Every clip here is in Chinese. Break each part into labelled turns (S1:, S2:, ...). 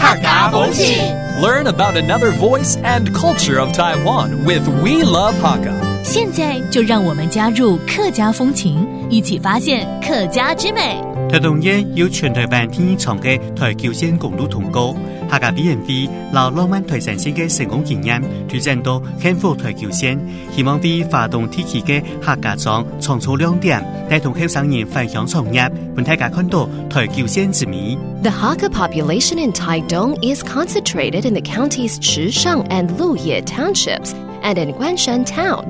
S1: 大家风气。
S2: Learn about another voice and culture of Taiwan with We Love Hakka.
S3: 现在就让我们加入客家风情，一起发现客家之美。
S4: 台东县有全台湾第一长嘅台九线公路通过，客家 B N V 老浪漫台山线嘅成功经验推荐到幸福台九线，希望为华东地区嘅客家庄创造亮点，带动后生人分享创业，本大家看到台九线之美。
S5: The Hakka population in Taidong is concentrated in the counties Chishang and Luye townships and in Guanshan town.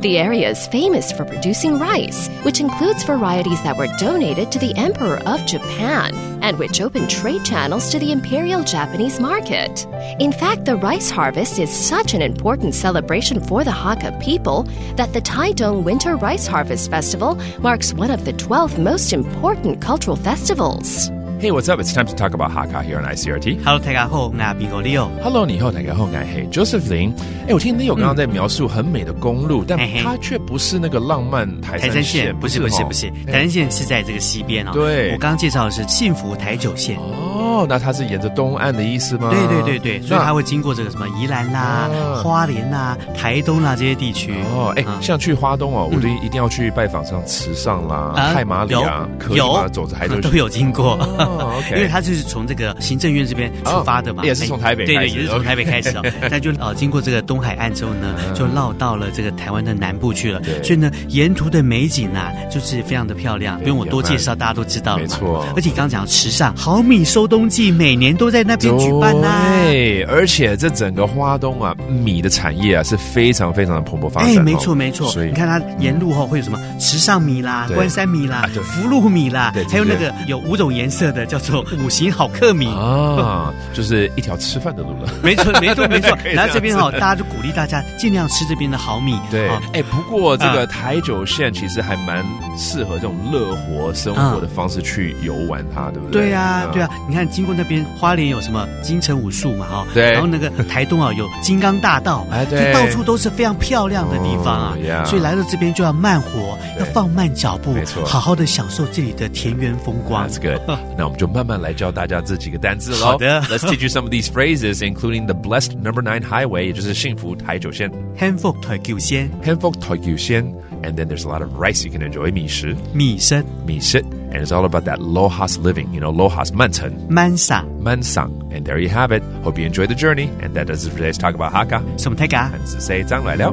S5: The area is famous for producing rice, which includes varieties that were donated to the Emperor of Japan and which opened trade channels to the Imperial Japanese market. In fact, the rice harvest is such an important celebration for the Hakka people that the Taidong Winter Rice Harvest Festival marks one of the 12 most important cultural festivals.
S6: Hey, what's up? It's time to talk about Hakka here on ICRT.
S4: Hello，大家好，我係邊個 Leo。
S6: Hello，你好，大家好，我是 Joseph 林。哎，我听 Leo 刚刚在描述很美的公路，但
S4: 嗯嘿嘿
S6: 它却不是那个浪漫台
S4: 台
S6: 山
S4: 山县不是不是
S6: 哦
S4: 不是，台
S6: 哎
S4: 山县是在这个西边哦。
S6: 对
S4: 我刚刚介绍的是幸福台九线。
S6: 哦，那它是沿着东岸的意思吗？
S4: 对对对对，所以它
S6: 嗯那
S4: 会经过这个什么宜兰啦、
S6: 啊
S4: 花莲啦、台东啊啦这些地区。
S6: 哦，哎，
S4: 啊
S6: 像去花东哦，我就一定要去拜访像池上啦、
S4: 啊
S6: 太马里啊，可以
S4: 有
S6: 吗？走着还
S4: 有
S6: 是
S4: 都有经过。
S6: 哦
S4: 因为
S6: ，OK，
S4: 它就是从这个行政院这边出发的嘛，哎
S6: 哦也是从台北
S4: 对
S6: 开
S4: 对，
S6: 始
S4: 也是从
S6: OK
S4: 台北开 始哦。但就呃经过这个东海岸之后呢，就绕到了这个台湾的南部去了
S6: 嗯对。
S4: 所以呢，沿途的美景啊，就是非常的漂亮，不用我多介绍，
S6: 也蛮
S4: 大家都知道了嘛。
S6: 没错
S4: 而且你刚刚讲到池上好米收冬季，每年都在那边举办啊嗯呐、
S6: 对，而且这整个花东啊，米的产业啊是非常非常的蓬勃发展哦。
S4: 哎没错没错，
S6: 所以嗯
S4: 你看它沿路后会有什么池上米啦、
S6: 对
S4: 关山米啦
S6: 啊、对
S4: 福禄米啦
S6: 对，
S4: 还有
S6: 对
S4: 那个有五种颜色的叫做五行好客米。
S6: 啊，就是一条吃饭的路了。
S4: 没错，没错， 没错
S6: 可。以
S4: 然
S6: 这样
S4: 后这边
S6: 子
S4: 哈、大家就鼓励大家尽量吃这边的好米。
S6: 对，
S4: 哦
S6: 哎、不过这个台九线其实还蛮适合这种乐活生活的方式去游玩它，对不对？
S4: 对啊，对
S6: 啊，
S4: 啊，你看经过那边花莲有什么金城武术嘛，哈，
S6: 对
S4: 然后那个台东啊有金刚大道，
S6: 哎
S4: 就
S6: 对
S4: 到处都是非常漂亮的地方啊
S6: 哦呀，
S4: 所以来到这边就要慢活，
S6: 对
S4: 要放慢脚步
S6: 没，错
S4: 好好的享受这里的田园风光。
S6: That's good. 那我们就慢慢来教大家这几个单字喽。
S4: 好的
S6: Let's teach you some of these phrases, including the blessed number nine highway，也就是幸福台九线
S4: Handful 腿九仙
S6: （Hanfok 台九线 ），and then there's a lot of rice you can enjoy 米食
S4: 米生
S6: 米食，and it's all about that lohas living. You know, lohas 慢城
S4: mansa
S6: 慢桑。And there you have it. Hope you enjoy the journey. And that does it for today's talk about Hakka.
S4: 什么泰嘎？
S6: 汉字 C 张来了。